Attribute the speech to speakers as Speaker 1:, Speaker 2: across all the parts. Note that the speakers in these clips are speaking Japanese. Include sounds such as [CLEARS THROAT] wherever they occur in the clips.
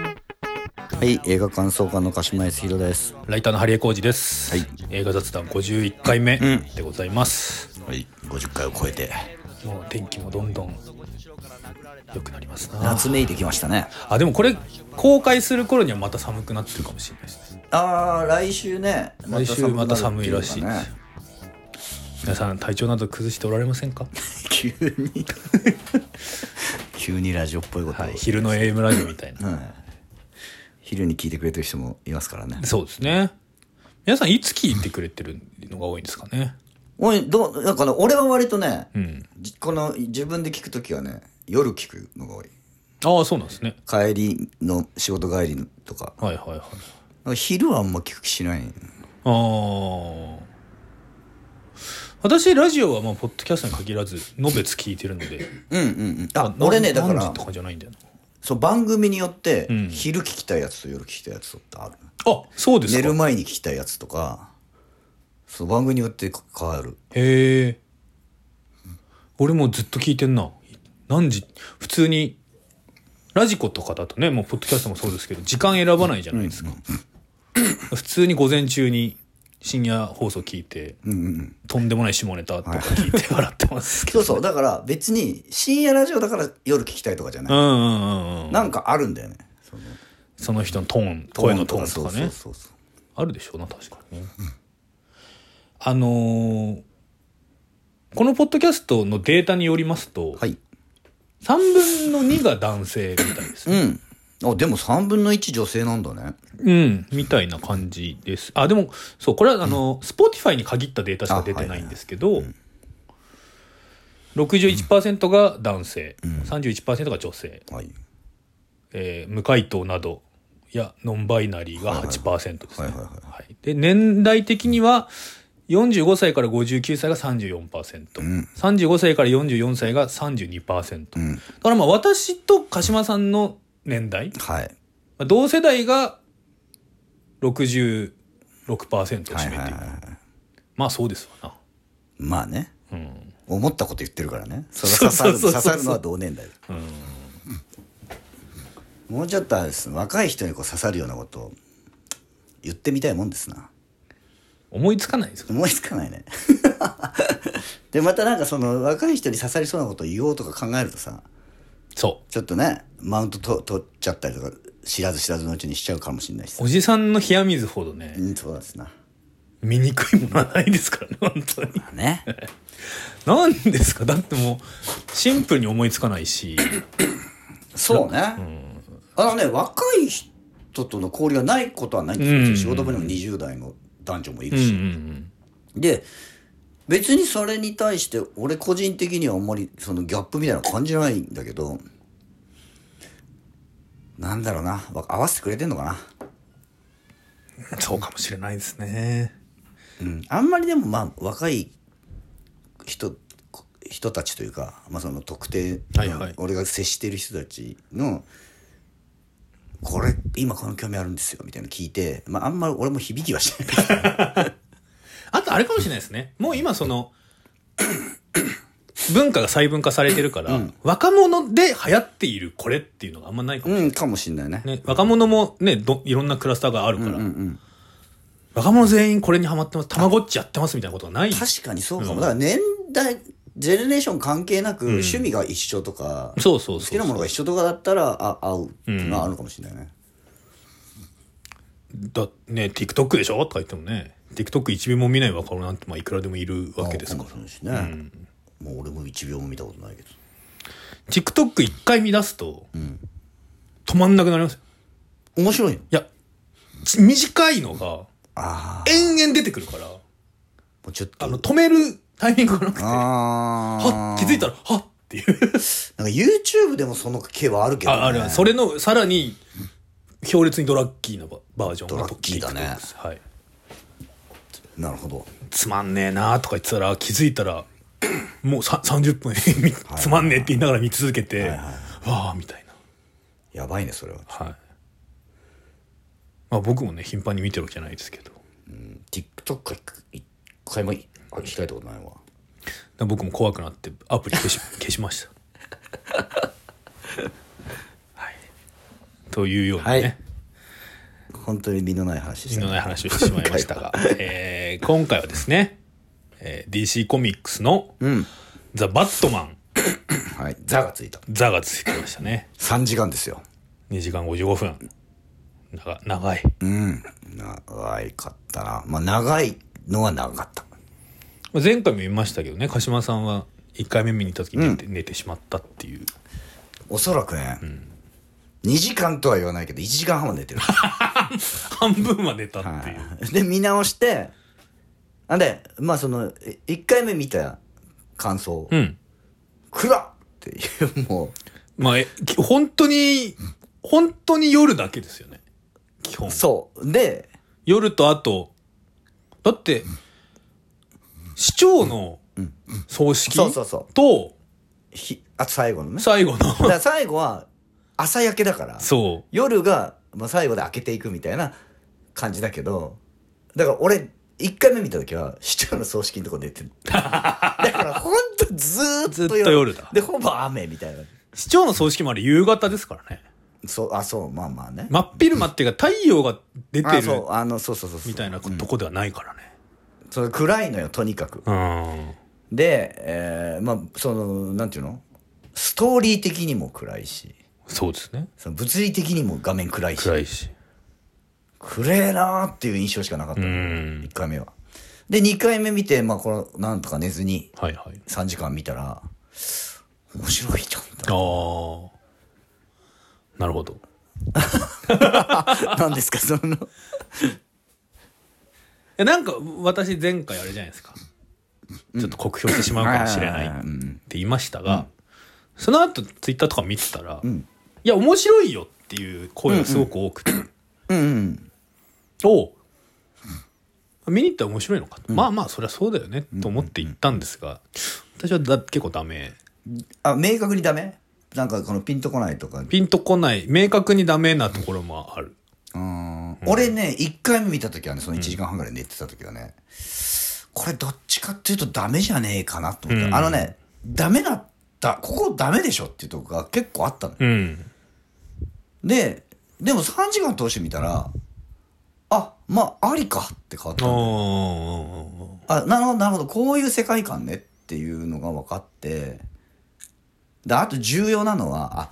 Speaker 1: はい、映画感想家の鹿島康弘です。
Speaker 2: ライターのハリエコージです、
Speaker 1: はい
Speaker 2: 映画雑談51回目
Speaker 1: ん
Speaker 2: でございます、
Speaker 1: はい、50回を超えて
Speaker 2: もう天気もどんどん良くなりますな
Speaker 1: 夏めいてきましたね。
Speaker 2: あでもこれ公開する頃にはまた寒くなってるかもしれないですね
Speaker 1: あー、来週ね。
Speaker 2: 来週また寒いらしい
Speaker 1: また
Speaker 2: 皆さん体調など崩しておられませんか、
Speaker 1: 寒くなるっていうかね急に [LAUGHS] 急にラジオっぽいことを、
Speaker 2: はい、昼の AM ラジオ
Speaker 1: [LAUGHS]
Speaker 2: みたいな、
Speaker 1: 昼に聞いてくれてる人もいますからね。
Speaker 2: そうですね皆さんいつ聞いてくれてるのが多いんですかね
Speaker 1: おいどうなんかね俺は割とね、
Speaker 2: うん
Speaker 1: じこの自分で聞くときはね夜聞くのが多い。
Speaker 2: ああそうなんですね
Speaker 1: 帰りの仕事帰りとか
Speaker 2: はいはいはい
Speaker 1: なんか昼はあんま聞く気しない。
Speaker 2: ああ私ラジオはまあポッドキャストに限らずのべつ聞いてるので
Speaker 1: うんうんうん。あ俺ねだか
Speaker 2: 何時
Speaker 1: ら
Speaker 2: とかじゃないんだよな
Speaker 1: そう番組によって
Speaker 2: ん
Speaker 1: 昼聞きたいやつと夜聞きたいやつとってある。
Speaker 2: あそうです
Speaker 1: 寝
Speaker 2: か
Speaker 1: る前に聞きたいやつとかそう番組によって変わる
Speaker 2: へえ俺もうずっと聞いてんな何時普通にラジコとかだとねもうポッドキャストもそうですけど時間選ばないじゃないですか、普通に午前中に深夜放送聞いて、とんでもない下ネタとか聞いて笑ってますけど、
Speaker 1: そうそうだから別に深夜ラジオだから夜聞きたいとかじゃ [LAUGHS] ない、
Speaker 2: うんうんうんうん
Speaker 1: なんかあるんだよねその
Speaker 2: その人のトーン声のトーンとかね
Speaker 1: そうそうそう
Speaker 2: あるでしょうな確かにねあのーこのポッドキャストのデータによります
Speaker 1: そ
Speaker 2: と、
Speaker 1: うはい
Speaker 2: 3分の2が男性みたいですね
Speaker 1: うんあでも3分の1女性なんだね
Speaker 2: うん、みたいな感じです。あ、でも、そう、これは、あの、スポーティファイに限ったデータしか出てないんですけど、61%が男性、31%が女性、
Speaker 1: はい
Speaker 2: えー無回答など、や、ノンバイナリーが8%ですね。
Speaker 1: はいはいはい
Speaker 2: はいで、年代的には、45歳から59歳が34%、35歳から44歳が32%。だからまあ、私と鹿島さんの年代、
Speaker 1: はい
Speaker 2: まあ、同世代が66%を占めている、
Speaker 1: はいはいはい
Speaker 2: まあそうですわ
Speaker 1: まあね
Speaker 2: な、うん、
Speaker 1: 思ったこと言ってるからねそれ刺さる
Speaker 2: [LAUGHS] そうそうそうそう
Speaker 1: 刺さるのは同年代もうちょっとあれです若い人にこう刺さるようなことを言ってみたいもんですな
Speaker 2: 思いつかないですか
Speaker 1: 思いつかないね [LAUGHS] でまたなんかその若い人に刺さりそうなことを言おうとか考えるとさ
Speaker 2: そ
Speaker 1: ちょっとねマウントと取っちゃったりとか知らず知らずのうちにしちゃうかもしれないし
Speaker 2: う
Speaker 1: さ
Speaker 2: おじさんの冷や水ほどね
Speaker 1: うんそうですな
Speaker 2: 醜いものはないですからね本当に
Speaker 1: ね
Speaker 2: 何ですかだってもうシンプルに思いつかないし
Speaker 1: そう
Speaker 2: [LAUGHS]
Speaker 1: ね、あのね若い人との交流がないことはないんですよ、
Speaker 2: うん
Speaker 1: 仕事場にも20代の男女もい
Speaker 2: うん
Speaker 1: る
Speaker 2: うんう
Speaker 1: し、
Speaker 2: ん
Speaker 1: で別にそれに対して俺個人的にはあんまりそのギャップみたいなの感じないんだけどなんだろうなわ合わせてくれてんのかな
Speaker 2: そうかもしれないですね
Speaker 1: うん、あんまりでもまあ若い人人たちというか、まあ、その特定の、
Speaker 2: はいはい
Speaker 1: 俺が接してる人たちの「これ今この興味あるんですよ」みたいなの聞いて、まあ、あんまり俺も響きはし
Speaker 2: [LAUGHS]
Speaker 1: ない
Speaker 2: あとあれかもしれないですねもう今その文化が細分化されてるから、若者で流行っているこれっていうのがあんまないかもしれない
Speaker 1: うんかもしんないね
Speaker 2: ね、若者もねどいろんなクラスターがあるから、
Speaker 1: うんうん、
Speaker 2: 若者全員これにハマってますたまごっちやってますみたいなことがない
Speaker 1: 確かにそうかも、
Speaker 2: うん
Speaker 1: だから年代ジェネレーション関係なく趣味が一緒とか、
Speaker 2: そうそうそう
Speaker 1: 好きなものが一緒とかだったらあ合うっていうのはあるかもしれないね、
Speaker 2: だね TikTok でしょとか言ってもね TikTok1 秒も見ない若者なんてまあいくらでもいるわけですか
Speaker 1: あ
Speaker 2: ら
Speaker 1: かもしれないしね、もう俺も1秒も見たことないけど
Speaker 2: TikTok1 回見出すと、止まんなくなりますよ
Speaker 1: 面白いの
Speaker 2: いやち短いのが
Speaker 1: ああ
Speaker 2: 延々出てくるから
Speaker 1: もうちょっと。
Speaker 2: あの止めるタイミングがなくては
Speaker 1: あ
Speaker 2: っ気づいたらはっっていう
Speaker 1: た。なんか YouTube でもその系はあるけど、ね。
Speaker 2: ああるあるそれのさらに強烈にドラッキーなババージョンが
Speaker 1: ドラッキーだね
Speaker 2: TikTok ですはい
Speaker 1: なるほど。
Speaker 2: つまんねえなとか言ってたら気づいたら [CLEARS THROAT] もうさ30分 [LAUGHS] つまんねえって言いながら見続けて、わあみたいな、
Speaker 1: やばいね、それは。
Speaker 2: はいまあ、僕もね頻繁に見てるわけじゃないですけどだか
Speaker 1: TikTok は一回もいあ開いたことないわ。
Speaker 2: ら僕も怖くなってアプリ消し [LAUGHS] 消しました、はい、というようなね、
Speaker 1: はい本当に身のない話でした
Speaker 2: 身の
Speaker 1: ね
Speaker 2: ない話をしてしまいましたが、えー今回はですね、えー DC コミックスの
Speaker 1: うん
Speaker 2: 「ザ・バットマン
Speaker 1: はい「ザ」がついた」
Speaker 2: ザがついてましたね
Speaker 1: 3時間ですよ
Speaker 2: 2時間55分長長い
Speaker 1: うん長いかったなまあ長いのは長かった
Speaker 2: まあ前回も言いましたけどね鹿島さんは1回目見に行った時に寝て,、寝てしまったっていう
Speaker 1: おそらくね、2時間とは言わないけど1時間半は寝て
Speaker 2: [LAUGHS]
Speaker 1: る、
Speaker 2: 半分は寝たっていう、
Speaker 1: で見直してなんでまあその1回目見た感想
Speaker 2: うん
Speaker 1: 「暗っ!」っていうも
Speaker 2: まあえき本当に本当に夜だけですよね基本
Speaker 1: うそうで
Speaker 2: 夜とあとだって市長の葬式
Speaker 1: そうそうそう
Speaker 2: と
Speaker 1: ひあと最後のね
Speaker 2: 最後の [LAUGHS]
Speaker 1: だから最後は朝焼けだから
Speaker 2: そ
Speaker 1: 夜が、まあ、最後で明けていくみたいな感じだけどだから俺1回目見た時は市長の葬式のとこ寝て
Speaker 2: [LAUGHS]
Speaker 1: るだからほんとずーっと
Speaker 2: ずっと夜だ
Speaker 1: でほぼ雨みたいな
Speaker 2: う市長の葬式もあれ夕方ですからね
Speaker 1: そうあそうまあまあね、
Speaker 2: 真っ昼間っていうか太陽が出て
Speaker 1: あ
Speaker 2: る
Speaker 1: そうあのそうそうそうそう
Speaker 2: みたいなとこではないからね
Speaker 1: それ暗いのよとにかく
Speaker 2: うん
Speaker 1: で、えーまあそのなんていうのストーリー的にも暗いし
Speaker 2: そうですね
Speaker 1: その物理的にも画面暗いし
Speaker 2: 暗いし
Speaker 1: 暗えなーっていう印象しかなかった、
Speaker 2: う
Speaker 1: 一
Speaker 2: ん
Speaker 1: 1回目はで2回目見てまあこれなんとか寝ずに
Speaker 2: はいはい
Speaker 1: 3時間見たら面白いじゃんみた
Speaker 2: ああなるほど
Speaker 1: いな何ですかその
Speaker 2: えなんか私前回あれじゃないですか、ちょっと酷評してしまうかもしれないって言いましたが、その後ツイッターとか見てたら、いや面白いよっていう声がすごく多くて、
Speaker 1: うんうん
Speaker 2: おう見に行ったら面白いのかと、まあまあそりゃそうだよねと思って行ったんですが、私はだ結構ダメ
Speaker 1: あ明確にダメなんかこのピンとこないとか
Speaker 2: ピンとこない明確にダメなところもある、
Speaker 1: うん俺ね1回目見た時はねその1時間半ぐらい寝てた時はね、これどっちかっていうとダメじゃねえかなと思った、
Speaker 2: うん
Speaker 1: あのねダメだったここダメでしょっていうとこが結構あったのよ、
Speaker 2: うん、
Speaker 1: ででも3時間通して見たらあまあありかって変わった
Speaker 2: あ
Speaker 1: の
Speaker 2: ー
Speaker 1: あなるほどなるほどこういう世界観ねっていうのが分かってであと重要なのはあ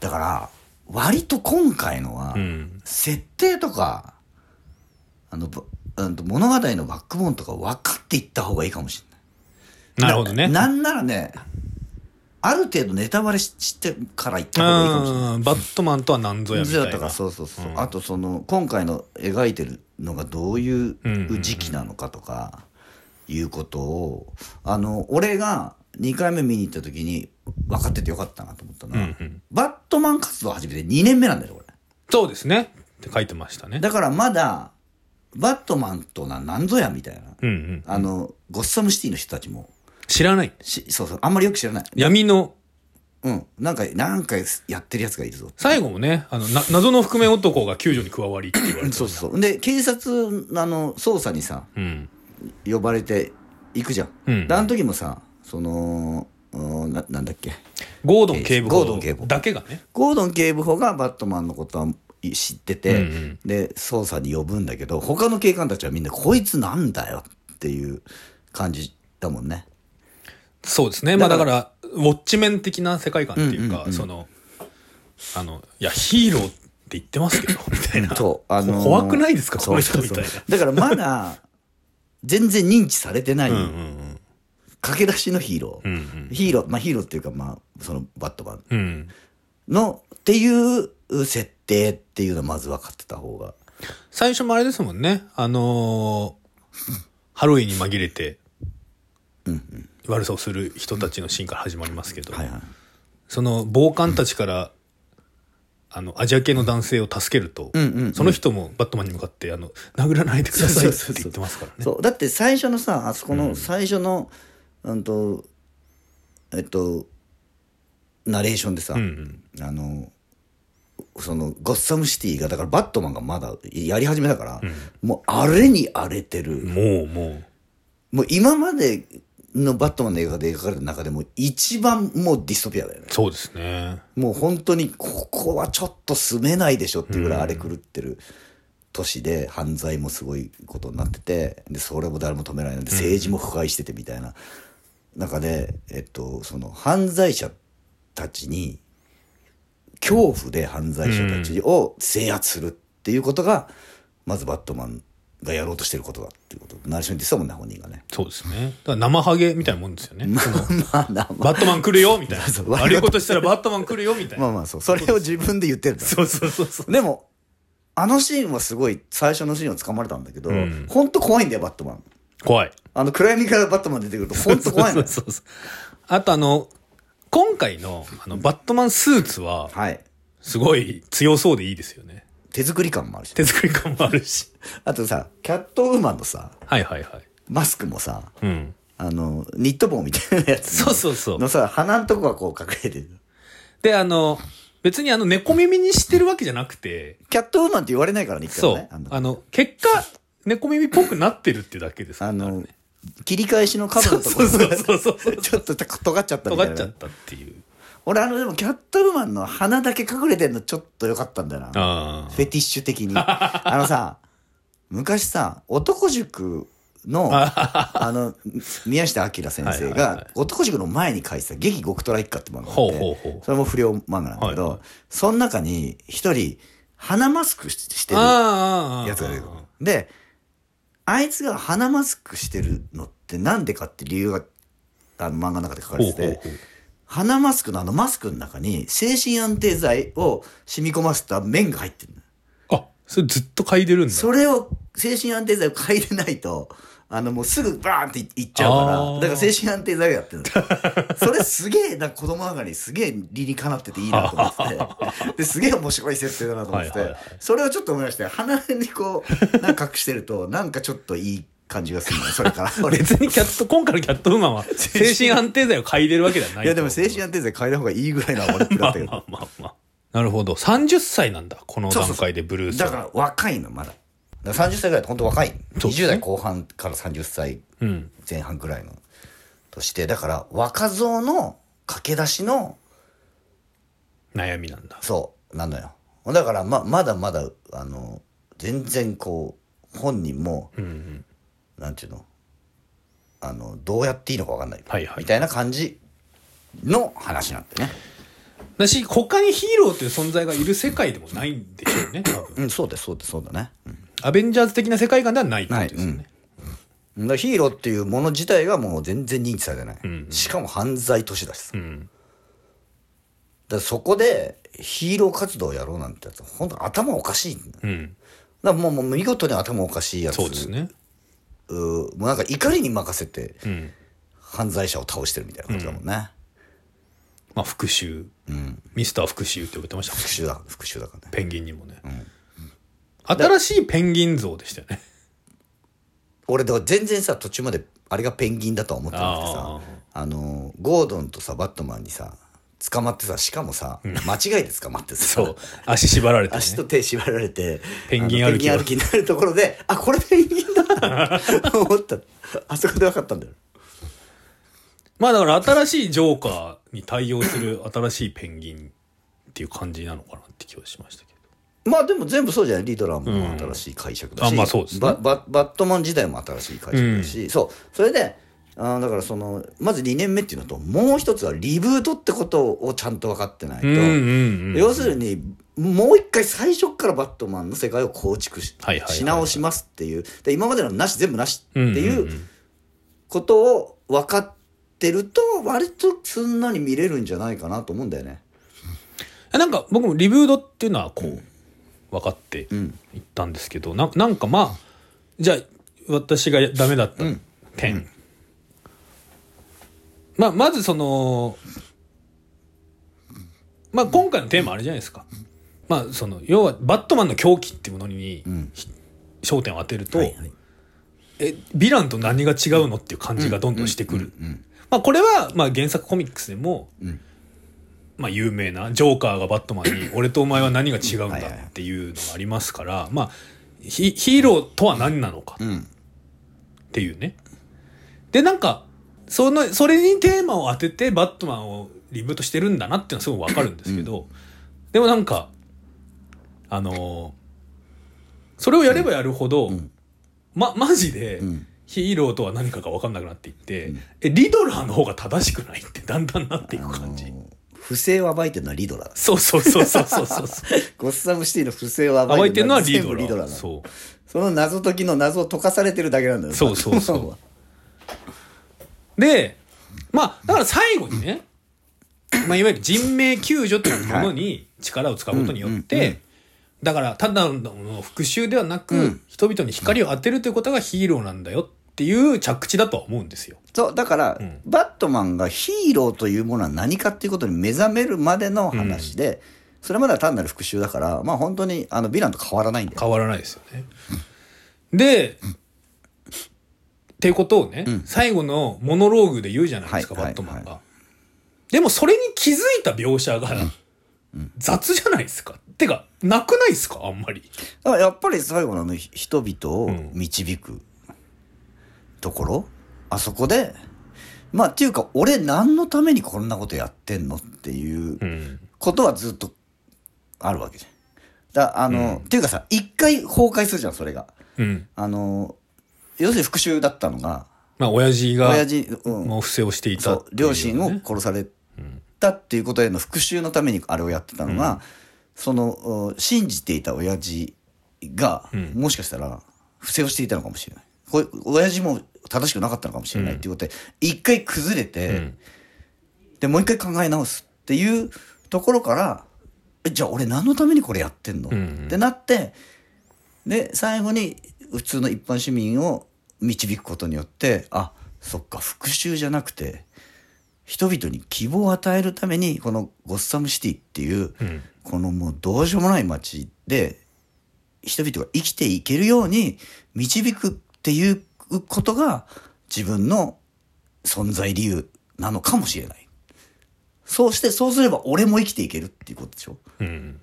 Speaker 1: だから割と今回のは、
Speaker 2: うん
Speaker 1: 設定とかあのばうんと物語のバックボーンとか分かっていった方がいいかもしれない
Speaker 2: なるほどね
Speaker 1: ななんならねある程度ネタバレししてから言った方がいいかもしれない
Speaker 2: うんバットマンとは何ぞやみ
Speaker 1: そうだ
Speaker 2: た
Speaker 1: っ
Speaker 2: い
Speaker 1: たか
Speaker 2: な
Speaker 1: そうそうそう、
Speaker 2: うん
Speaker 1: あとその今回の描いてるのがどうい
Speaker 2: んうんう
Speaker 1: うん時期なのかとかいうことを、あの俺が2回目見に行った時に分かっててよかったなと思ったの
Speaker 2: うん
Speaker 1: は、
Speaker 2: うん
Speaker 1: バットマン活動始めて2年目なんだよこれ
Speaker 2: そうですねって書いてましたね
Speaker 1: だからまだバットマンとな何ぞやみたいな、
Speaker 2: うんうん
Speaker 1: あのゴッサムシティの人たちも
Speaker 2: 知らない
Speaker 1: しそうそうあんまりよく知らない
Speaker 2: 闇の
Speaker 1: うんなんかなんかやってるやつがいるぞ
Speaker 2: 最後もねあのな謎の覆面男が救助に加わりって言われて
Speaker 1: そうそうそうで警察のあの捜査にさ、
Speaker 2: うん
Speaker 1: 呼ばれて行くじゃん、
Speaker 2: うん
Speaker 1: であの時もさそのうんななんだっけ
Speaker 2: ゴードン警部
Speaker 1: ゴードン警部
Speaker 2: 補だけがね
Speaker 1: ゴードン警部補がバットマンのことはい知ってて、
Speaker 2: うんうん
Speaker 1: で捜査に呼ぶんだけど他の警官たちはみんな「こいつなんだよ」っていう感じだもんね
Speaker 2: そうですねまあ
Speaker 1: だ
Speaker 2: だ
Speaker 1: か
Speaker 2: からウォッチメン的な世界観っていうか、そのあのいやヒーローって言ってますけどみたいな
Speaker 1: そうあのー
Speaker 2: 怖くないですか
Speaker 1: そ
Speaker 2: この
Speaker 1: う
Speaker 2: 人
Speaker 1: そう
Speaker 2: み
Speaker 1: そ
Speaker 2: た
Speaker 1: う
Speaker 2: いな
Speaker 1: だからまだ全然認知されてない
Speaker 2: うんうん
Speaker 1: 駆け出しのヒーロー、
Speaker 2: うんうん
Speaker 1: ヒーローまあヒーローっていうかまあそのバットマン
Speaker 2: うんうん
Speaker 1: のっていう設定っていうのはまず分かってた方が
Speaker 2: 最初もあれですもんねあのーハロウィンに紛れて悪さをする人たちのシーンから始まりますけど、
Speaker 1: はいはい
Speaker 2: その暴漢たちから、あのアジア系の男性を助けると、
Speaker 1: んうんうん
Speaker 2: その人もバットマンに向かってあの殴らないでくださ
Speaker 1: そ
Speaker 2: いっ
Speaker 1: うそうそうそう
Speaker 2: て言ってますからね。
Speaker 1: そうだって最初のさあそこの最初の、うん、とえっとナレーションでさ、
Speaker 2: うんうん
Speaker 1: あのそのゴッサムシティがだからバットマンがまだやり始めだから、もう荒れに荒れてる、
Speaker 2: もうも
Speaker 1: もう今までのバットマンの映画で描かれた中でも一番もうディストピアだよね
Speaker 2: うそうですね
Speaker 1: もう本当にここはちょっと住めないでしょっていうぐらい荒れ狂ってる都市で犯罪もすごいことになっててでそれも誰も止められないで政治も腐敗しててみたいな中で、えっと、その犯罪者たちに恐怖で犯罪者たちを制圧するっていうことが、まずバットマンがやろうとしてることだっていうことナレーションに言ってたもんね本人がね。
Speaker 2: そうですね。だから生ハゲみたいなもんですよね。その
Speaker 1: [LAUGHS] まあなまあ
Speaker 2: バットマン来るよみたい
Speaker 1: [LAUGHS]
Speaker 2: な
Speaker 1: そう。
Speaker 2: 悪いことしたらバットマン来るよみたい
Speaker 1: [LAUGHS] まあ
Speaker 2: な。
Speaker 1: まあそうそれを自分で言ってるから
Speaker 2: そうそうそうそう。
Speaker 1: でもあのシーンはすごい最初のシーンはつかまれたんだけど、
Speaker 2: う
Speaker 1: ほ
Speaker 2: ん
Speaker 1: ん、本当怖いんだよバットマン [LAUGHS]
Speaker 2: 怖い。
Speaker 1: あの暗闇からバットマン出てくると本当怖いの
Speaker 2: そ
Speaker 1: よ
Speaker 2: う [LAUGHS] そうそう。あとあの、今回のあのバットマンスーツは、
Speaker 1: はい
Speaker 2: すごい強そうでいいですよね。
Speaker 1: 手作り感もあるし
Speaker 2: 手作り感もあるし。 [LAUGHS]
Speaker 1: あとさキャットウーマンのさ
Speaker 2: はいはいはい。
Speaker 1: マスクもさ
Speaker 2: うん。
Speaker 1: あのニット帽みたいなやつ
Speaker 2: そうそうそう
Speaker 1: の。さ鼻のとこがこう隠れてる
Speaker 2: で、あの、別にあの、猫耳にしてるわけじゃなくて、
Speaker 1: キャットウーマンって言われないからね一回
Speaker 2: そ
Speaker 1: も
Speaker 2: う
Speaker 1: ねあ。の
Speaker 2: あの、結果、猫耳っぽくなってるっていうだけ
Speaker 1: [LAUGHS]
Speaker 2: ですから
Speaker 1: あ
Speaker 2: ね。
Speaker 1: の切り返しの角
Speaker 2: そ
Speaker 1: の
Speaker 2: う
Speaker 1: とこ
Speaker 2: そうそうそうそう
Speaker 1: [LAUGHS]
Speaker 2: そう。
Speaker 1: ちょっと尖っちゃったみたいな
Speaker 2: 尖っちゃったっていう。
Speaker 1: 俺あのでもキャットウーマンの鼻だけ隠れてんのちょっと良かったんだよな
Speaker 2: あ
Speaker 1: フェティッシュ的に。 [LAUGHS] あのさ、昔さ、男塾の、あの、宮下明先生
Speaker 2: はいはいは
Speaker 1: が、男塾の前に書いてた、劇極虎一家って漫画があ
Speaker 2: ほう
Speaker 1: って
Speaker 2: ほうほう
Speaker 1: それも不良漫画なんだけ
Speaker 2: はいは
Speaker 1: ど、その中に一人、鼻マスクしして
Speaker 2: あ。
Speaker 1: る
Speaker 2: ああ。
Speaker 1: やつが出てくる
Speaker 2: ああ。
Speaker 1: で、あいつが鼻マスクしてるのってなんでかって理由が、あの漫画の中で書かれ
Speaker 2: ほう
Speaker 1: て
Speaker 2: ほう
Speaker 1: て
Speaker 2: ほ、う。
Speaker 1: 鼻マスクのあのマスクの中に精神安定剤を染み込ませた麺が入ってるの。
Speaker 2: あ、それずっと嗅いでるんだ。
Speaker 1: それを、精神安定剤を嗅いでないと、あの、もうすぐバーンっていっちゃうから
Speaker 2: あ、ー
Speaker 1: だから精神安定剤をやってるのそれすげえ、なんか子供ながらにすげえ理にかなってていいなと思ってて、
Speaker 2: [LAUGHS]
Speaker 1: ですげえ面白い設定だなと思ってて、
Speaker 2: はいはいはい
Speaker 1: それをちょっと思い出して、鼻にこう、なんか隠してると、なんかちょっといい感じがするのよそれ
Speaker 2: [LAUGHS]
Speaker 1: から。俺
Speaker 2: 別にキャット、今回のキャットウーマンは精神安定剤を嗅いでるわけではない。
Speaker 1: いやでも精神安定剤嗅いだ方がいいぐらいな俺っぷりだったけど。
Speaker 2: まあまあまあ。なるほど。30歳なんだ。この
Speaker 1: そうそう
Speaker 2: 段階でブルース
Speaker 1: だ
Speaker 2: は。
Speaker 1: から若いの、まだ。だから30歳ぐらいって本当若い。
Speaker 2: そうです
Speaker 1: 20
Speaker 2: ね
Speaker 1: 代後半から30歳
Speaker 2: うん。
Speaker 1: 前半ぐらいのとしてだから若造の駆け出しの
Speaker 2: 悩みなんだ。
Speaker 1: そうなのよだからままだまだあの全然こう本人も
Speaker 2: うんうん。
Speaker 1: なんていうのあのどうやっていいのか分かんない、
Speaker 2: はいはい
Speaker 1: みたいな感じの話なんだよね
Speaker 2: だし、他にヒーローという存在がいる世界でもないんでしょうね、多分。
Speaker 1: うんそうですそうですそうだね、
Speaker 2: アベンジャーズ的な世界観ではないってこと
Speaker 1: ない
Speaker 2: ですよね。
Speaker 1: うん、だからヒーローっていうもの自体がもう全然認知されてない、
Speaker 2: ん
Speaker 1: しかも犯罪都市だしさ
Speaker 2: う
Speaker 1: だか
Speaker 2: ん。
Speaker 1: らそこでヒーロー活動をやろうなんてやつ本当頭おかしいんだよ
Speaker 2: うん。
Speaker 1: だからもうもう見事に頭おかしいやつ
Speaker 2: そうですね。
Speaker 1: うーもうなんか怒りに任せて
Speaker 2: うん。
Speaker 1: 犯罪者を倒してるみたいな感じだもんね、
Speaker 2: まあ、復讐。
Speaker 1: うん
Speaker 2: ミスター復讐って呼べてましたもんね。
Speaker 1: 復讐だ復讐だからね
Speaker 2: ペンギンにもね。
Speaker 1: ん
Speaker 2: 新しいペンギン像でしたよね。
Speaker 1: 俺でも全然さ途中まであれがペンギンだとは思ってなくて
Speaker 2: あ
Speaker 1: さ
Speaker 2: ー
Speaker 1: あのーゴードンとさバットマンにさ捕まってさしかもさ、間違えて捕まってさ
Speaker 2: そう。足縛られて、ね。
Speaker 1: 足と手縛られて
Speaker 2: ペンギン
Speaker 1: あの
Speaker 2: 歩きを
Speaker 1: ペンギン歩きになるところであこれペンギンだな
Speaker 2: [LAUGHS]
Speaker 1: と思ったあそこで分かったんだよ
Speaker 2: まあだから新しいジョーカーに対応する新しいペンギンっていう感じなのかなって気はしましたけど。
Speaker 1: まあでも全部そうじゃないリドラーも新しい解釈だし、
Speaker 2: うんあまあそうですね
Speaker 1: バババットマン時代も新しい解釈だし、そうそれであーだからそのまず2年目っていうのともう一つはリブートってことをちゃんと分かってないと、
Speaker 2: うんうんうん。
Speaker 1: 要するにもう一回最初からバットマンの世界を構築し,、
Speaker 2: はいはいはいはい
Speaker 1: し直しますっていうで今までのなし全部なしって
Speaker 2: うんうんうん
Speaker 1: いうことを分かってると割とすんなり見れるんじゃないかなと思うんだよね。
Speaker 2: なんか僕もリブードっていうのはこう分かって
Speaker 1: ん
Speaker 2: いったんですけど、ななんかまあじゃあ私がダメだった点、まあ、まずその、まあ、今回のテーマあれじゃないですか、まあ、その要はバットマンの狂気っていうものに、ひ焦点を当てると、
Speaker 1: はいはい
Speaker 2: えヴィランと何が違うのっていう感じがどんどんしてくる。まあ、これは、まあ、原作コミックスでも、まあ、有名なジョーカーがバットマン [LAUGHS] に「俺とお前は何が違うんだ」っていうのがありますから、まあ、ヒヒーローとは何なのか
Speaker 1: ん
Speaker 2: っていうね。でなんかそのそれにテーマを当ててバットマンをリブートしてるんだなっていうのはすごいわかるんですけど、でもなんかあのーそれをやればやるほど、ま、マジで
Speaker 1: ん、
Speaker 2: ヒーローとは何かが分かんなくなっていって、え、リドラーの方が正しくないってだんだんなっていく感じ。
Speaker 1: 不正を暴いてるのはリドラーだ
Speaker 2: そうそうそうそうそう [LAUGHS] そう。
Speaker 1: ゴッサムシティの不正を暴
Speaker 2: 暴
Speaker 1: い
Speaker 2: い
Speaker 1: て
Speaker 2: て
Speaker 1: るの
Speaker 2: るの
Speaker 1: は
Speaker 2: は
Speaker 1: リド
Speaker 2: リド
Speaker 1: ラーなの
Speaker 2: ラー。そ
Speaker 1: その謎解きの謎を解かされてるだけなんだよ
Speaker 2: そうそうそう
Speaker 1: バットマンは
Speaker 2: う。で、まあ、だから最後にね、まあ、いわゆる人命救助というものに力を使うことによって、だからただの復讐ではなく、人々に光を当てるということがヒーローなんだよっていう着地だとは思うんですよ。
Speaker 1: そうだから、
Speaker 2: ん
Speaker 1: バットマンがヒーローというものは何かっていうことに目覚めるまでの話で、それまでは単なる復讐だからまあ本当にあのヴィランと変わらないんだよ
Speaker 2: 変わらないですよね。で、っていうことをね、最後のモノローグで言うじゃないですか、
Speaker 1: はい
Speaker 2: バットマンが、
Speaker 1: は
Speaker 2: でもそれに気づいた描写が、雑じゃないですか。てか、なくないですかあんまり。
Speaker 1: だからやっぱり最後のあの人々を導くところ、あそこでまあっていうか俺何のためにこんなことやってんのっていう
Speaker 2: うん。
Speaker 1: ことはずっとあるわけじゃん。だあの、っていうかさ一回崩壊するじゃんそれが。
Speaker 2: うん。
Speaker 1: あの要するに復讐だったのが
Speaker 2: まあ、親父が、
Speaker 1: 親父、うん
Speaker 2: もう不正をしていた
Speaker 1: そ
Speaker 2: っ
Speaker 1: う
Speaker 2: ていうね、
Speaker 1: 両親を殺されたっていうことへの復讐のためにあれをやってたのが、そのお信じていた親父が、もしかしたら不正をしていたのかもしれないこれ親父も正しくなかったのかもしれないっていうことで、一回崩れて、
Speaker 2: ん
Speaker 1: でもう一回考え直すっていうところからえじゃあ俺何のためにこれやってんの、
Speaker 2: ん
Speaker 1: ってなってで最後に普通の一般市民を導くことによってあそっか復讐じゃなくて人々に希望を与えるためにこのゴッサムシティっていう、
Speaker 2: うん
Speaker 1: このもうどうしようもない街で人々が生きていけるように導くっていうことが自分の存在理由なのかもしれない。そうしてそうすれば俺も生きていけるっていうことでしょ
Speaker 2: うん。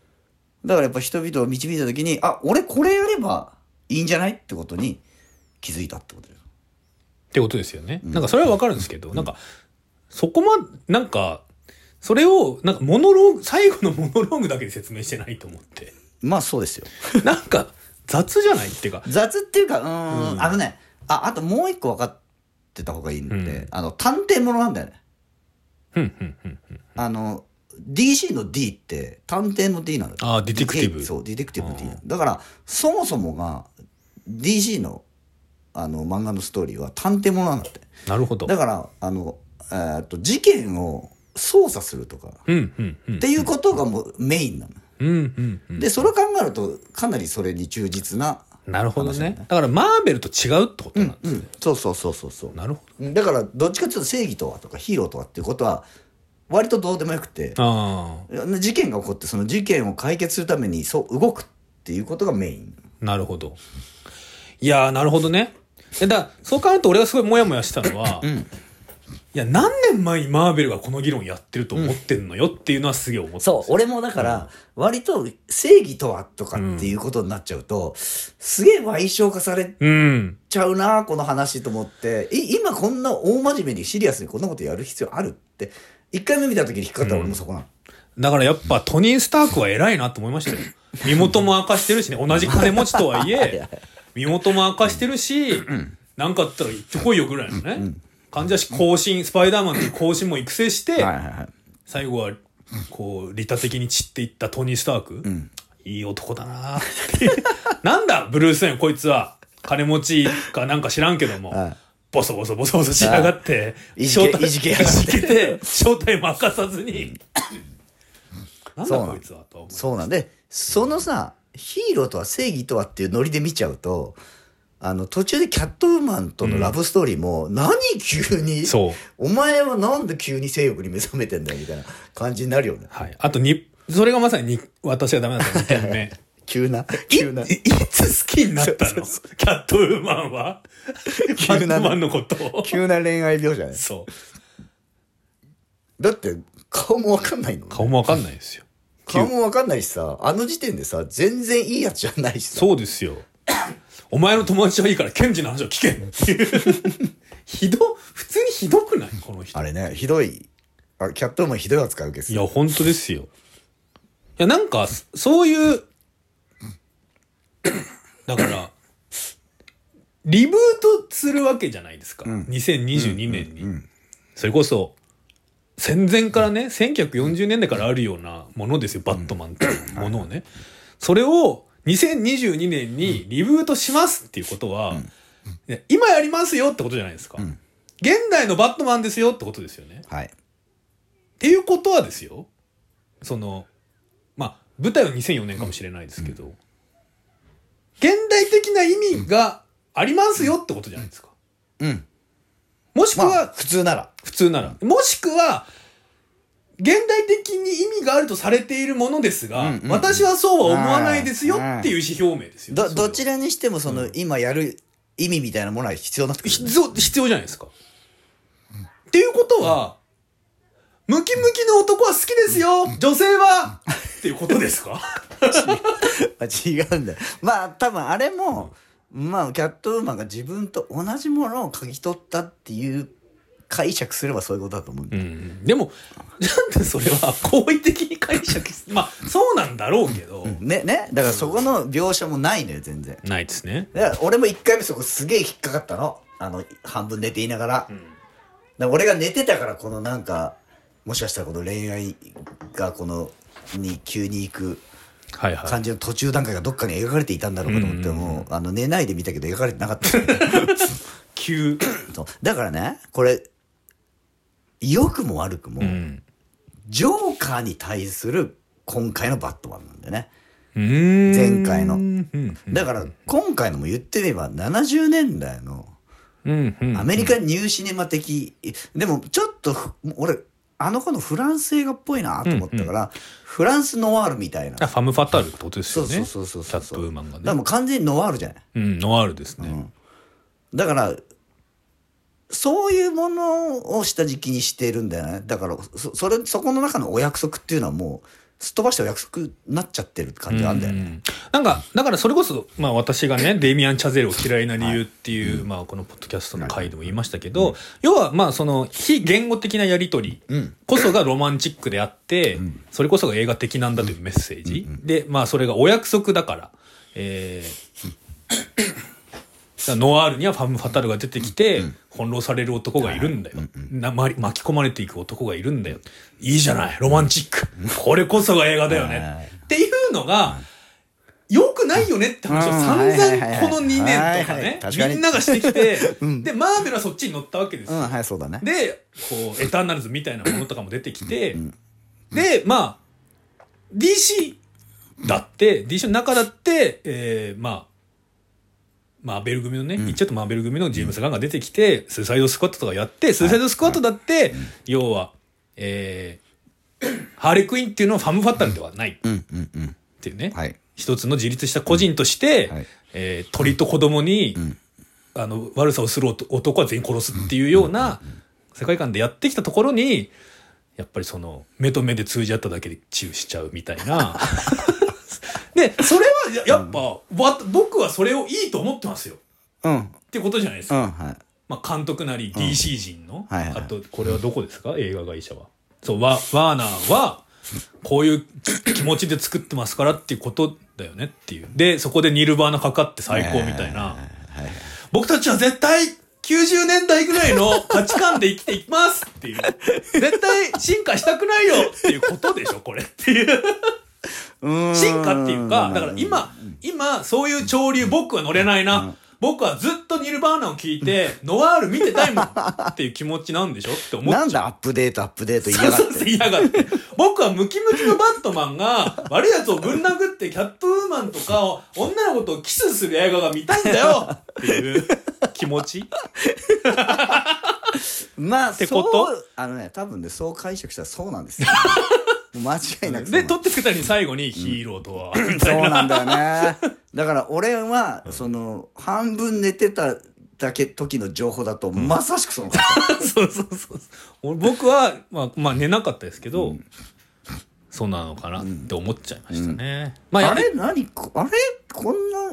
Speaker 1: だからやっぱ人々を導いた時にあ俺これやればいいんじゃないってことに気づいたってことです
Speaker 2: ってことですよね。なんかそれはわかるんですけど、なんか、そこま、なんか、それを、なんかモノローグ、最後のモノローグだけで説明してないと思
Speaker 1: [LAUGHS]
Speaker 2: って。
Speaker 1: まあそうですよ
Speaker 2: なんか、雑じゃないっていうか、
Speaker 1: 雑っていうかうーんあのねああともう一個分かってた方がいいんで、
Speaker 2: うん
Speaker 1: あの探偵ものなんだよね
Speaker 2: うんうんうんうん。
Speaker 1: あの DC の D って探偵の D なのよ
Speaker 2: あーディテクティブ
Speaker 1: D そうディテクティブ D
Speaker 2: あ
Speaker 1: なのだからそもそもが DC のあの漫画のストーリーは探偵ものなんだって
Speaker 2: なるほど。
Speaker 1: だからあの、えーっと事件を捜査するとか
Speaker 2: うんうんうん。
Speaker 1: っていうことがもうメインなの。
Speaker 2: うんうんうん。
Speaker 1: で、それを考えると、かなりそれに忠実な。
Speaker 2: なるほど
Speaker 1: 話だ
Speaker 2: ね。だからマーベルと違うってことなんですね。
Speaker 1: そうそうそうそうそう。
Speaker 2: なるほど。
Speaker 1: だから、どっちかっていうと正義とはとかヒーローとはっていうことは、割とどうでもよくて、
Speaker 2: あ
Speaker 1: 事件が起こって、その事件を解決するために、そう、動くっていうことがメイン。
Speaker 2: あ、なるほど。いやー、なるほどね。えだからそう考えると俺がすごいモヤモヤしたのは、いや、何年前にマーベルがこの議論やってると思ってんのよっていうのはすげえ思った。
Speaker 1: そう、俺もだから、割と正義とはとかっていうことになっちゃうと、すげえ賠償化され
Speaker 2: うん。
Speaker 1: ちゃうなこの話と思ってい今こんな大真面目にシリアスにこんなことやる必要あるって1回目見た時に引っかかった俺もそこなの、
Speaker 2: だからやっぱトニー・スタークは偉いなと思いましたよ。身元も明かしてるしね、同じ金持ちと [LAUGHS] はいえ、身元も明かしてるし、なんかあったら行ってこいよぐらいのね。患者し更新、スパイダーマンという更新も育成して、
Speaker 1: いはいはい
Speaker 2: 最後はこう利他的に散っていったトニー・スターク、いい男だな [LAUGHS] っていうなんだブルース・ウェインこいつは金持ちかなんか知らんけども、
Speaker 1: はい
Speaker 2: ボソボソボソボソしやがって
Speaker 1: いいじけ
Speaker 2: 正体
Speaker 1: いじけやがって
Speaker 2: いじけて正体も明かさずになん
Speaker 1: そう
Speaker 2: だ
Speaker 1: なの
Speaker 2: こいつはと思う
Speaker 1: そうなんでそのさヒーローとは正義とはっていうノリで見ちゃうとあの途中でキャットウーマンとのラブストーリーも、何急に
Speaker 2: そう
Speaker 1: お前はなんで急に性欲に目覚めてんだよみたいな感じになるよね
Speaker 2: はい、あとにそれがまさにに私はダメなんですよ2点目
Speaker 1: [LAUGHS] 急な急ない
Speaker 2: いつ好きになった
Speaker 1: [LAUGHS]
Speaker 2: のキャットウーマンはバ
Speaker 1: 急
Speaker 2: ッ
Speaker 1: な
Speaker 2: ト
Speaker 1: ね
Speaker 2: マンのことを
Speaker 1: 急な恋愛描写ね
Speaker 2: そう
Speaker 1: だって顔もわかんないの
Speaker 2: 顔もわかんないですよ
Speaker 1: 顔もわかんないしさあの時点でさ全然いいやつじゃないしさ
Speaker 2: そうですよ。 [COUGHS] お前の友達はいいから、ケンジの話を聞けっていう。 [LAUGHS] ひど、普通にひどくないこの人
Speaker 1: あ。れね、ひどい。あキャットウーマンひどい扱い受けす
Speaker 2: いや、本当ですよ。いや、なんか、そそういう、 [COUGHS] だから、リブートするわけじゃないですか。
Speaker 1: ん
Speaker 2: 2022年に、それこそ、戦前からね、1940年代からあるようなものですよ、バットマンっていうものをね。それを2022年にリブートしますっていうことは、いや今やりますよってことじゃないですか、
Speaker 1: ん
Speaker 2: 現代のバットマンですよってことですよね。
Speaker 1: はい
Speaker 2: っていうことはですよそのまあ舞台は2004年かもしれないですけど、現代的な意味がありますよってことじゃないですか。
Speaker 1: うん
Speaker 2: もしく
Speaker 1: まあ
Speaker 2: は
Speaker 1: 普通なら
Speaker 2: 普通なら、もしくは現代的に意味があるとされているものですが、
Speaker 1: うんうん
Speaker 2: 私はそうは思わないですよっていう意思表明ですよ。
Speaker 1: ど
Speaker 2: それは
Speaker 1: どちらにしてもその、今やる意味みたいなものは必要に [LAUGHS] なってくる
Speaker 2: 必要、必要じゃないですか。っていうことは、ムキムキの男は好きですよ女性はっていうことですか
Speaker 1: まあ違うんだよまあ多分あれも、まあキャットウーマンが自分と同じものを嗅ぎ取ったっていう解釈すればそういうことだと思う、
Speaker 2: うん、でも、なんでそれは好意的に解釈す、まあ、そうなんだろうけど、
Speaker 1: ねねだからそこの描写もないのよ全然
Speaker 2: ないですね。
Speaker 1: だから俺も一回目そこすげえ引っかかったのあの半分寝ていながら,、だから俺が寝てたからこのなんかもしかしたらこの恋愛がこのに急に行く
Speaker 2: はいは
Speaker 1: 感じの途中段階がどっかに描かれていたんだろうかと思って、
Speaker 2: うんうんうん
Speaker 1: もうあの寝ないで見たけど描かれてなかった
Speaker 2: [LAUGHS] 急。
Speaker 1: そうだからねこれ良くも悪くも、
Speaker 2: うん。
Speaker 1: ジョーカーに対する今回のバットマンなんだよね前
Speaker 2: 前
Speaker 1: 回の
Speaker 2: うん。
Speaker 1: だから今回のも言ってみれば70年代の
Speaker 2: うん。うん
Speaker 1: アメリカニューシネマ的、でもちょっとふ俺あの子のフランス映画っぽいなと思ったから、フランスノワールみたいな
Speaker 2: あファム・ファタールってことです
Speaker 1: そ
Speaker 2: よ
Speaker 1: う
Speaker 2: ね。
Speaker 1: そうそうそうそう
Speaker 2: キャットウーマンが
Speaker 1: だから
Speaker 2: ね。
Speaker 1: もう完全にノワールじゃない
Speaker 2: うん、ノワールですね。
Speaker 1: だからそういうものを下敷きにしてるんだよねだからそそれそこの中のお約束っていうのはもうすっ飛ばしたお約束になっちゃってる感じがあるんだよね、
Speaker 2: うんなんか、だからそれこそ、まあ私がね、デイミアン・チャゼルを嫌いな理由っていう、まあこのポッドキャストの回でも言いましたけど、要はまあその非言語的なやりとりこそがロマンチックであって、それこそが映画的なんだというメッセージ。で、まあそれがお約束だから、えーだからノワールにはファム・ファタルが出てきて、翻弄される男がいるんだよ、なまり巻き込まれていく男がいるんだよ。いいじゃない、ロマンチック。これこそが映画だよ
Speaker 1: はい
Speaker 2: ね。っていうのが、良くないよねって話を散
Speaker 1: うんはいはい
Speaker 2: 々
Speaker 1: はい
Speaker 2: この2年とか
Speaker 1: はいはい
Speaker 2: ね
Speaker 1: 確かに
Speaker 2: みんながしてき
Speaker 1: [LAUGHS]
Speaker 2: てでマーベルはそっちに乗ったわけです
Speaker 1: うん
Speaker 2: よ
Speaker 1: はいそうだね
Speaker 2: でこうエターナルズみたいなものとかも出てきてでまあ DC だって DC の中だってえーまあマーベル組のね、言っちゃうとマーベル組のジェームス・ガンが出てきて、スーサイドスクワットとかやって、スーサイドスクワットだって、要は、えーハーレクイーンっていうのはファム・ファッタルではないっ
Speaker 1: うんうんうん
Speaker 2: ていうね、
Speaker 1: はい
Speaker 2: 一つの自立した個人として、
Speaker 1: うんはい
Speaker 2: えー鳥と子供に、
Speaker 1: ん
Speaker 2: あの悪さをする男男は全員殺すっていうような世界観でやってきたところにやっぱりその目と目で通じ合っただけでチューしちゃうみたい
Speaker 1: [LAUGHS]
Speaker 2: な。でそれはややっぱ、わ僕はそれをいいと思ってますよっ
Speaker 1: うんうん
Speaker 2: てことじゃないですか、
Speaker 1: はい
Speaker 2: まあ、監督なり DC 人の、
Speaker 1: はいはいはい
Speaker 2: あとこれはどこですか映画会社は。そうワワーナー [LAUGHS] はこういう気持ちで作ってますからっていうことだよねっていう。でそこでニルバーナかかって最高みたいな。僕たちは絶対90年代ぐらいの価値観で生きていきますっていう。絶対進化したくないよっていうことでしょ、これっていう。進化っていうか、だから今、今、そういう潮流僕は乗れないな。僕はずっとニルバーナを聞いて、ノワール見てたいもんっていう気持ちなんでしょって思っ
Speaker 1: [LAUGHS]
Speaker 2: ちゃ
Speaker 1: な
Speaker 2: うん
Speaker 1: だアップデートアップデート言いや
Speaker 2: そう
Speaker 1: がっ
Speaker 2: そう
Speaker 1: て
Speaker 2: そう、嫌がって。僕はムキムキのバットマンが、悪い奴をぶん殴ってキャットウーマンとかを、女の子とキスする映画が見たいんだよっていう気持ち。
Speaker 1: まあ
Speaker 2: てこと
Speaker 1: そうあのね多分ねそう解釈したらそうなん
Speaker 2: [LAUGHS]
Speaker 1: ですよもう間違いなくそうな
Speaker 2: で、
Speaker 1: ん
Speaker 2: 取ってつけたり最後にヒーローとは、みた
Speaker 1: そう
Speaker 2: いな。
Speaker 1: なんだよ
Speaker 2: [LAUGHS]
Speaker 1: ね。だから俺は、その、半分寝てただけ時の情報だと、まさしくその、
Speaker 2: [LAUGHS] そうそうそうそう。俺僕は、まあ、まあ寝なかったですけど、そうなのかなって思っちゃいましたね。まあ、
Speaker 1: あ
Speaker 2: やれ
Speaker 1: れ何こあれこんな、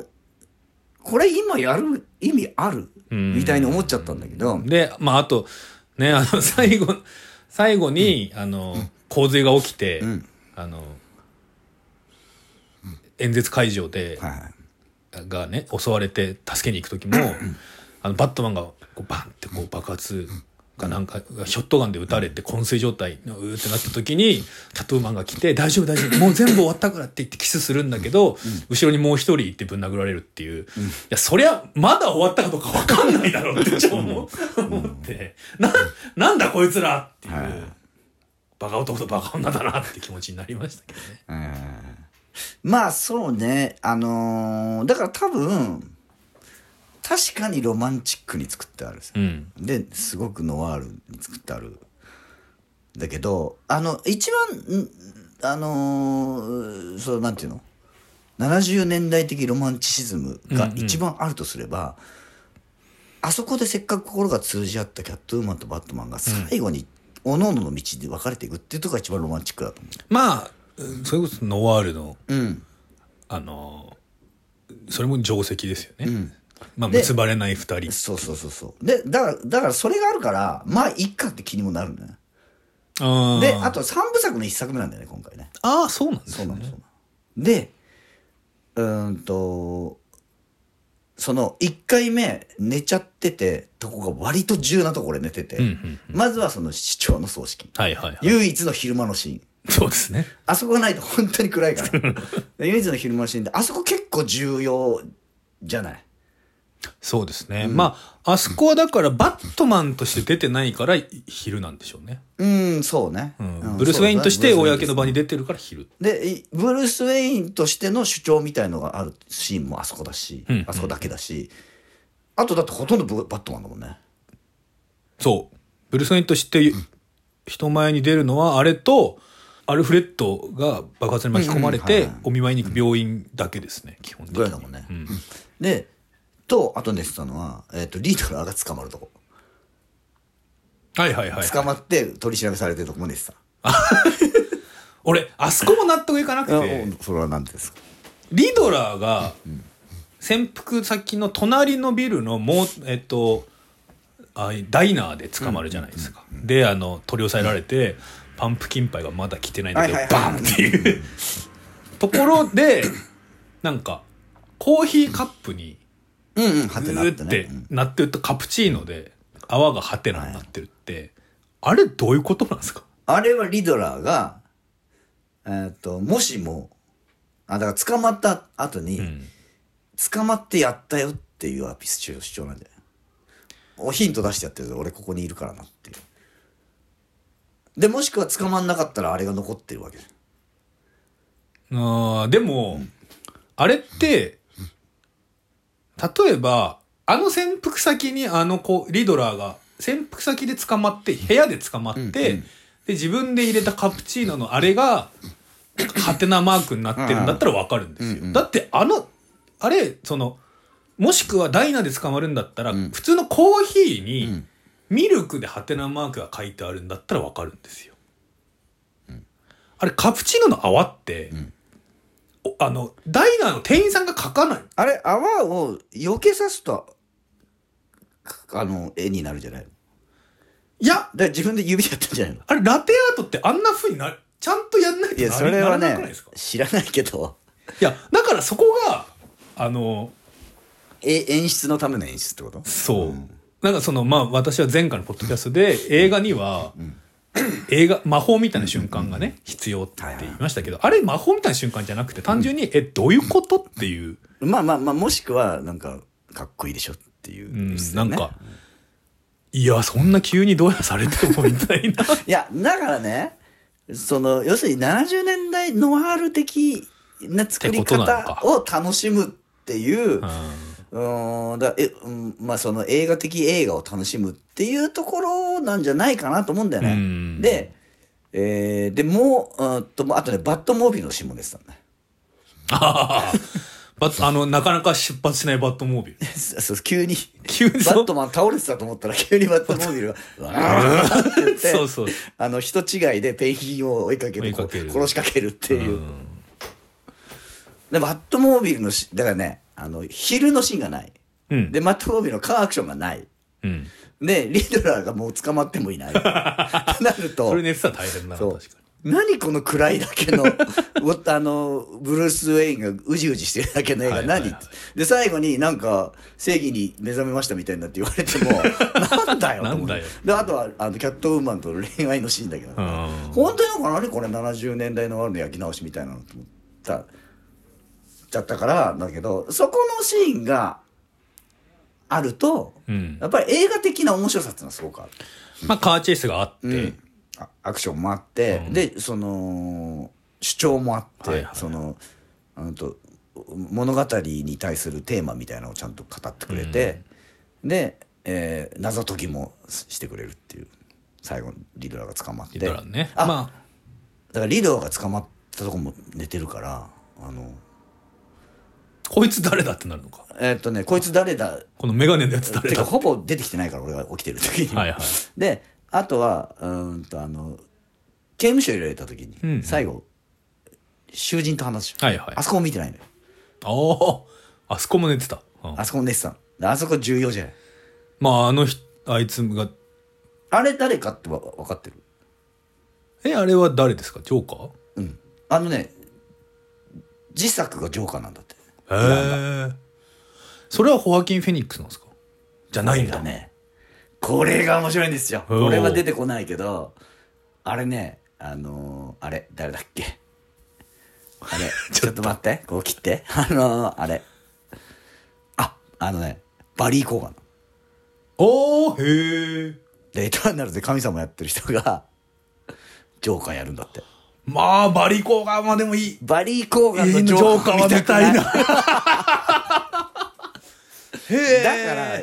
Speaker 1: これ今やる意味ある
Speaker 2: ん
Speaker 1: みたいに思っちゃったんだけど、
Speaker 2: で、まあ、あと、ね、あの、 [LAUGHS] 最後、最後に、あの、洪水が起きて、
Speaker 1: ん
Speaker 2: あの、演説会場で、
Speaker 1: はい。
Speaker 2: がね襲われて助けに行く時もあのバットマンがこうバンってこう爆発かなんかショットガンで撃たれて昏睡状態のうーってなった時にタトゥーマンが来て「大丈夫大丈夫もう全部終わったから」って言ってキスするんだけど後ろにもう一人行ってぶん殴られるっていういやそりゃまだ終わったかどうか分かんないだろうってちょっと思う思ってななんだこいつらっていう
Speaker 1: はい
Speaker 2: バカ男とバカ女だなって気持ちになりましたけどね。
Speaker 1: まあそうねあのーだから多分確かにロマンチックに作ってあるんですよ
Speaker 2: うん
Speaker 1: ですごくノワールに作ってあるだけどあの一番んあのーそうなんていうの70年代的ロマンチシズムが一番あるとすれば、あそこでせっかく心が通じ合ったキャットウーマンとバットマンが最後に各々の道で分かれていくっていうとこが一番ロマンチックだと思
Speaker 2: まあうんそれこそノワールの
Speaker 1: う。うん
Speaker 2: あのーそれも定石ですよね、
Speaker 1: ん
Speaker 2: まあ
Speaker 1: で
Speaker 2: 結ばれない二人
Speaker 1: そうそうそうそうでだからだからそれがあるからまあいっかって気にもなるんだよね
Speaker 2: あ
Speaker 1: であ
Speaker 2: と
Speaker 1: と3部作の1作目なんだよね今回ね
Speaker 2: ああそうなんです
Speaker 1: そう
Speaker 2: ね
Speaker 1: なんですよでうーんとその1回目寝ちゃっててとこが割と重要なところで寝てて、
Speaker 2: うんうん
Speaker 1: まずはその市長の葬式
Speaker 2: はいはいはい
Speaker 1: 唯一の昼間のシーン
Speaker 2: そうですね
Speaker 1: あそこがないと本当に暗いから
Speaker 2: [LAUGHS]
Speaker 1: で唯一の昼間のシーンであそこ結構重要じゃない
Speaker 2: そうですね、まああそこはだからバットマンとして出てないからい昼なんでしょうね、
Speaker 1: うんそうね、
Speaker 2: うん
Speaker 1: うん
Speaker 2: ブルース・ウェインとし
Speaker 1: そ
Speaker 2: て
Speaker 1: うだね
Speaker 2: 公の場に出てるから昼
Speaker 1: でいブルース・ウェインとしての主張みたいのがあるシーンもあそこだし、
Speaker 2: うん
Speaker 1: あそこだけだしあとだってほとんどブバットマンだもんね
Speaker 2: そうブルース・ウェインとして人前に出るのはあれとアルフレッドが爆発に巻き込まれ
Speaker 1: うんうん
Speaker 2: て
Speaker 1: はいはい
Speaker 2: お見舞いに行く病院だけですね基本的
Speaker 1: ぐらい
Speaker 2: に
Speaker 1: だもんね、
Speaker 2: ん
Speaker 1: でとあと寝てたのは、えー、とリードラーが捕まるとこ
Speaker 2: はいはいはい
Speaker 1: 捕まって取り調べされてるとこも寝てた、
Speaker 2: 俺あそこも納得いかなく
Speaker 1: あ
Speaker 2: て
Speaker 1: それは何ですか
Speaker 2: リドラーが潜伏先の隣のビルのもうえっとあダイナーで捕まるじゃないですか、であの取り押さえられてパンプキンパイがまだ来てないんだけど、
Speaker 1: はいはいはい
Speaker 2: バンっていうところでなんかコーヒーカップに
Speaker 1: うんうんは
Speaker 2: グ
Speaker 1: てなっ
Speaker 2: ー
Speaker 1: て
Speaker 2: っ
Speaker 1: ね
Speaker 2: てなってるとカプチーノで泡がハテナになってるって、あれどういうことなんですか
Speaker 1: あれはリドラーが、えー、ともしもあだから捕まった後に、
Speaker 2: ん
Speaker 1: 捕まってやったよっていうアピス主張なんじゃないおヒント出してやってるぞ俺ここにいるからなっていうでもしくは捕まんなかったらあれが残ってるわけじゃん
Speaker 2: あーでも、あれって、例えば、あの潜伏先にあの子、リドラーが、潜伏先で捕まって、部屋で捕まって、で、自分で入れたカプチーノのあれが、ハテナマークになってるんだったらわかるんですよ。だって、あの、あれ、その、もしくはダイナで捕まるんだったら、普通のコーヒーに、ミルクでハテナマークが書いてあるんだったらわかるんですよ。あれ、カプチーノの泡って、おあの、ダイナーの店員さんが書かない。
Speaker 1: あれ泡を避けさすとかあの絵になるじゃないのだか
Speaker 2: いや、
Speaker 1: ら自分で指でやったんじゃないの
Speaker 2: あれ、ラテアートってあんな風になる、ちゃんとやんないと
Speaker 1: い
Speaker 2: な
Speaker 1: やそれは
Speaker 2: ならなくない
Speaker 1: ね
Speaker 2: ですか
Speaker 1: 知らないけど
Speaker 2: いや、だからそこが、あの、
Speaker 1: え演出のための演出ってこと
Speaker 2: そう。なんかその、まあ、私は前回のポッドキャストで、映画には、映画、魔法みたいな瞬間がね、必要って言いましたけど、あれ魔法みたいな瞬間じゃなくて、単純に、え、どういうことっていう、
Speaker 1: まあまあまあもしくはなんかかっこいいでしょっていう
Speaker 2: うん
Speaker 1: 演出だよ
Speaker 2: なん
Speaker 1: ね、
Speaker 2: か、いや、そんな急にどうやされてもみたい
Speaker 1: い
Speaker 2: な。
Speaker 1: やだからねその要するに70年代ノワール的な作り
Speaker 2: ってことなの
Speaker 1: 方
Speaker 2: か
Speaker 1: を楽しむって [LAUGHS] いう
Speaker 2: うん
Speaker 1: うーんだえ、うん、まあその映画的映画を楽しむっていうところなんじゃないかなと思うんだよ
Speaker 2: う
Speaker 1: ね。
Speaker 2: ん
Speaker 1: で、えーでもううんとあとねバッドモービーのシーンも出てたんだよ
Speaker 2: あー [LAUGHS] バットあの、なかなか出発しないバットモ
Speaker 1: [LAUGHS]
Speaker 2: ービル。
Speaker 1: [LAUGHS] そう急に
Speaker 2: [LAUGHS] 急に
Speaker 1: バ
Speaker 2: そ
Speaker 1: ッ
Speaker 2: う
Speaker 1: トマン倒れてたと思ったら急にバットモービルが「
Speaker 2: [LAUGHS]
Speaker 1: わーって言って
Speaker 2: そうそう
Speaker 1: あの人違いでペンギンを追いかける
Speaker 2: 追いかける
Speaker 1: 殺しかけるっていう
Speaker 2: う。ん
Speaker 1: でバットモービルのしだからねあの昼のシーンがない、
Speaker 2: うん
Speaker 1: でバットモービルのカーアクションがない
Speaker 2: うん。
Speaker 1: でリドラーがもう捕まってもいないとなると
Speaker 2: それ寝てたら大変だな、
Speaker 1: そう
Speaker 2: 確かに。
Speaker 1: 何この暗いだけの [LAUGHS] おあのブルース・ウェインがうじうじしてるだけの映
Speaker 2: は
Speaker 1: 画
Speaker 2: いはい
Speaker 1: 何、
Speaker 2: はい
Speaker 1: で最後になんか正義に目覚めましたみたいになって言われて
Speaker 2: [LAUGHS]
Speaker 1: もなんだよと思
Speaker 2: な
Speaker 1: うん
Speaker 2: だよ
Speaker 1: であとはあのキャットウーマンとの恋愛のシーンだけど、
Speaker 2: うん
Speaker 1: 本当になんか何これ70年代のあるの焼き直しみたいなのと思ったちゃったからだけどそこのシーンがあると
Speaker 2: うん
Speaker 1: やっぱり映画的な面白さっていうのはすごくある。
Speaker 2: まあカーチェイスがあって、
Speaker 1: うんあアクションもあって、
Speaker 2: うん
Speaker 1: でその主張もあって、
Speaker 2: はいはい
Speaker 1: そのあのと物語に対するテーマみたいなのをちゃんと語ってくれて、で、えー謎解きもしてくれるっていう最後にリドラーが捕まって
Speaker 2: リドラーね
Speaker 1: あ
Speaker 2: まあ
Speaker 1: だからリドラーが捕まったとこも寝てるからあの
Speaker 2: こいつ誰だってなるのか
Speaker 1: えーっとねこいつ誰だ
Speaker 2: この眼鏡のやつ誰
Speaker 1: て
Speaker 2: だ
Speaker 1: かほぼ出てきてないから俺が起きてる時に、
Speaker 2: はいはい
Speaker 1: であとはうーんとあの刑務所入れた時に、
Speaker 2: うん
Speaker 1: 最後囚人と話し、
Speaker 2: はいはい
Speaker 1: あそこも見てないのよ
Speaker 2: あーあそこも寝てた、うん
Speaker 1: あそこのネスさんであそこ重要じゃない
Speaker 2: まああの人あいつが
Speaker 1: あれ誰かってわ分かってる
Speaker 2: えあれは誰ですかジョーカ
Speaker 1: うんあのね自作がジョーカーなんだって
Speaker 2: ーへえそれはホアキン・フェニックスなんですかじゃないんだ
Speaker 1: だねこれが面白いんですよ
Speaker 2: おー
Speaker 1: これは出てこないけどあれねあのーあれ誰だっけあ
Speaker 2: [LAUGHS]
Speaker 1: れちょっと待ってこう切ってあのーあれああのねバリー・コーガン
Speaker 2: おーへえ
Speaker 1: でエターナルズで神様やってる人がジョーカーやるんだって
Speaker 2: まあバリコーガーまあでもいい
Speaker 1: バリー・コーガン
Speaker 2: いい
Speaker 1: の
Speaker 2: ね
Speaker 1: ジ
Speaker 2: ジ
Speaker 1: ョ
Speaker 2: ョ
Speaker 1: ー
Speaker 2: ーカ
Speaker 1: カー
Speaker 2: ーは
Speaker 1: 見
Speaker 2: 見
Speaker 1: た
Speaker 2: たい
Speaker 1: い
Speaker 2: な
Speaker 1: な
Speaker 2: へえ
Speaker 1: だから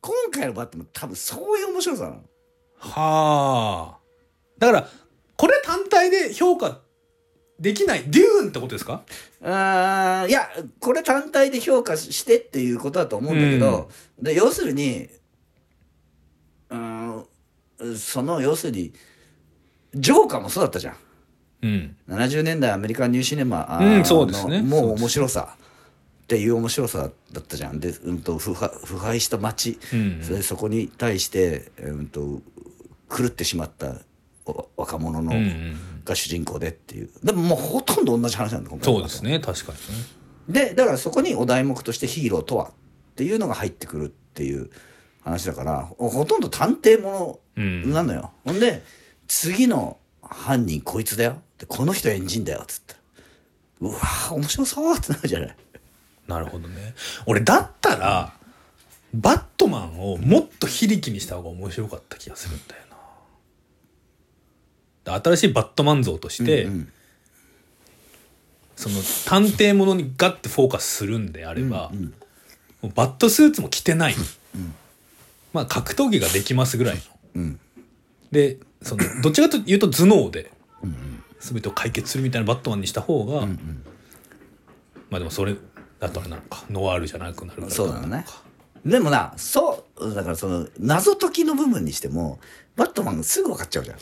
Speaker 1: 今回のバットも多分そういう面白さなの
Speaker 2: はあ。だから、これ単体で評価できない、デューンってことですか
Speaker 1: あーいやこれ単体で評価してっていうことだと思うんだけど、で要するにうーんその要するにジョーカーもそうだったじゃん
Speaker 2: うん。
Speaker 1: 70年代アメリカンニューシネマあ
Speaker 2: うん
Speaker 1: ー
Speaker 2: そうですね
Speaker 1: のも
Speaker 2: そう
Speaker 1: う
Speaker 2: です
Speaker 1: 面白さっていう面白さだったじゃんで、うん、と腐敗腐敗した街、
Speaker 2: うん
Speaker 1: それそこに対して、うん、と狂ってしまったお若者の、
Speaker 2: うんうん。
Speaker 1: が主人公でっていうでももうほとんど同じ話なんだ今回の
Speaker 2: そうですね、確かにね。
Speaker 1: でだからそこにお題目としてヒーローとはっていうのが入ってくるっていう話だからほほとんど探偵も
Speaker 2: う。
Speaker 1: のなんのよ、ほんで次の犯人こいつだよでこの人エンジンだよっつってうわー面白そうってなるじゃない
Speaker 2: なるほどね。俺、だったら、バットマンをもっと非力にした方が面白かった気がするんだよな。新しいバットマン像として、
Speaker 1: ん
Speaker 2: その探偵ものにガッてフォーカスするんであれば、もうバットスーツも着てない、まあ格闘技ができますぐらいの、
Speaker 1: うん
Speaker 2: でそのどっちかというと頭脳で全てを解決するみたいなバットマンにした方が、まあでもそれだとあれなのかノワールじゃなくなるから
Speaker 1: そうだねでもなそうだからその謎解きの部分にしてもバットマンすぐ分かっちゃうじゃん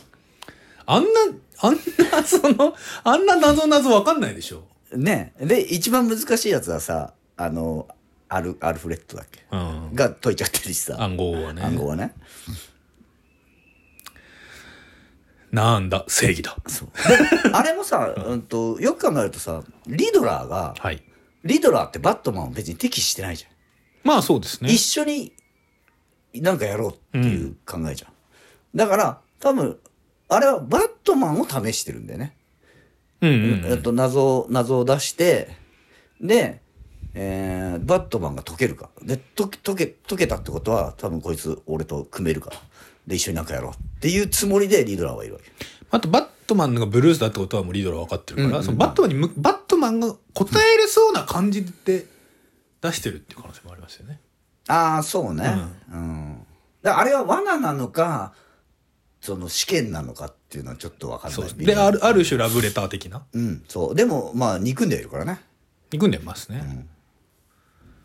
Speaker 2: あんなあんなそのあんな謎謎わかんないでしょ、
Speaker 1: ねで一番難しいやつはさあのアルアルフレッドだっけ
Speaker 2: うん、
Speaker 1: が解いちゃってるしさ
Speaker 2: 暗号はね
Speaker 1: 暗号はね
Speaker 2: なんだ正義だ
Speaker 1: そうあれもさ、うん、とよく考えるとさリドラーが
Speaker 2: はい
Speaker 1: リドラーってバットマンを別に敵視してないじゃん、
Speaker 2: まあそうですね
Speaker 1: 一緒になんかやろうっていう考えじゃん、だから多分あれはバットマンを試してるんだよね、
Speaker 2: うんう
Speaker 1: うん
Speaker 2: ん、
Speaker 1: と謎を謎を出してで、えーバットマンが解けるかで解け解け解けたってことは多分こいつ俺と組めるからで一緒になんかやろうっていうつもりでリドラーはいるわけ
Speaker 2: あとバットマンがブルースだってことはもうリドルは分かってるから、そのバットマンにむバットマンが答えれそうな感じで出してるっていう可能性もありますよね。
Speaker 1: ああそうねうん、だからあれは罠なのかその試験なのかっていうのはちょっと分かんない
Speaker 2: そう
Speaker 1: 微
Speaker 2: で
Speaker 1: 妙
Speaker 2: あるある種ラブレター的な
Speaker 1: うんそうでもまあ憎んではいるからね
Speaker 2: 憎んでますね。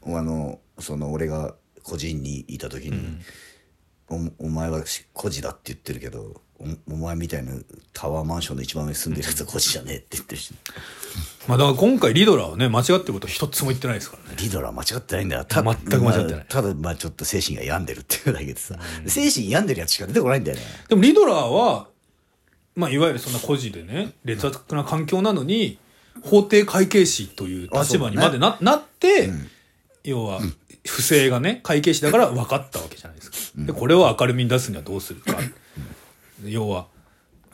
Speaker 1: あのその俺が個人にいた時に、おお前はし孤児だって言ってるけどおお前みたいなタワーマンションの一番上に住んでるやつは孤児じゃねえって言ってるし
Speaker 2: まあだから今回リドラーはね間違ってること一つも言ってないですからね。
Speaker 1: リドラー間違ってないんだよた
Speaker 2: 全く間違ってない
Speaker 1: まあただまあちょっと精神が病んでるっていうだけでさ、精神病んでるやつしか出てこないんだよね
Speaker 2: でもリドラーはまあ、いわゆるそんな孤児でね劣悪な環境なのに法定会計士という立場にまでな,、なって、要は不正がね会計士だから分かったわけじゃないですか。でこれを明るみに出すにはどうするか。要は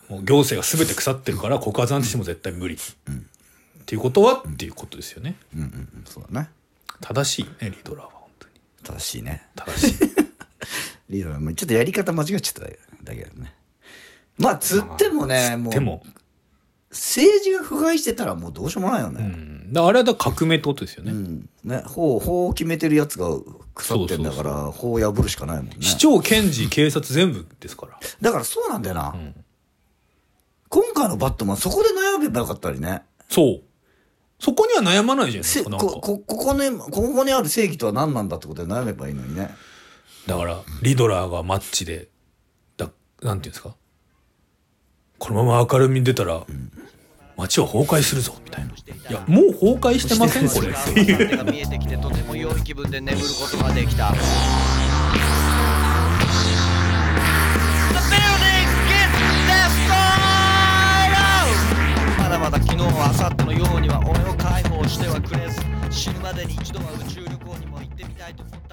Speaker 2: もう行政が全て腐ってるから告発なんてしても絶対無理。っていうことはっていうことですよね。
Speaker 1: うんうんうんそうだね
Speaker 2: 正しいねリドラーは本当に
Speaker 1: 正しいね
Speaker 2: 正
Speaker 1: [LAUGHS]
Speaker 2: しい。
Speaker 1: リーダーもちょっとやり方間違っちゃっただけだねまあつってもねもう
Speaker 2: でも、
Speaker 1: 政治が腐敗してたらもうどうしようもないよね、
Speaker 2: うん、だからあれはだから革命ってことですよね。
Speaker 1: うんね、法法を決めてるやつが腐ってんだから法を破るしかないもんね
Speaker 2: 市長、検事、警察全部ですから。
Speaker 1: だからそうなんだよな、今回のバットマンそこで悩めばよかったりね
Speaker 2: そう。そこには悩まないじゃないで
Speaker 1: せ
Speaker 2: すか、なんか。
Speaker 1: ここここねここにある正義とは何なんだってことで悩めばいいのにね
Speaker 2: だから、リドラーがマッチで、だ、なんていうんですか。このまま明るみに出たら、街は崩壊するぞ、みたいな。いや、もう崩壊してませ [LAUGHS] ん、これ。っていう。
Speaker 3: が見えてきてとても良い気分で眠ることができた The building gets destroyed まだまだ昨日は明後日のようには俺を解放してはくれず死ぬまでに一度は宇宙旅行にも行ってみたいと思って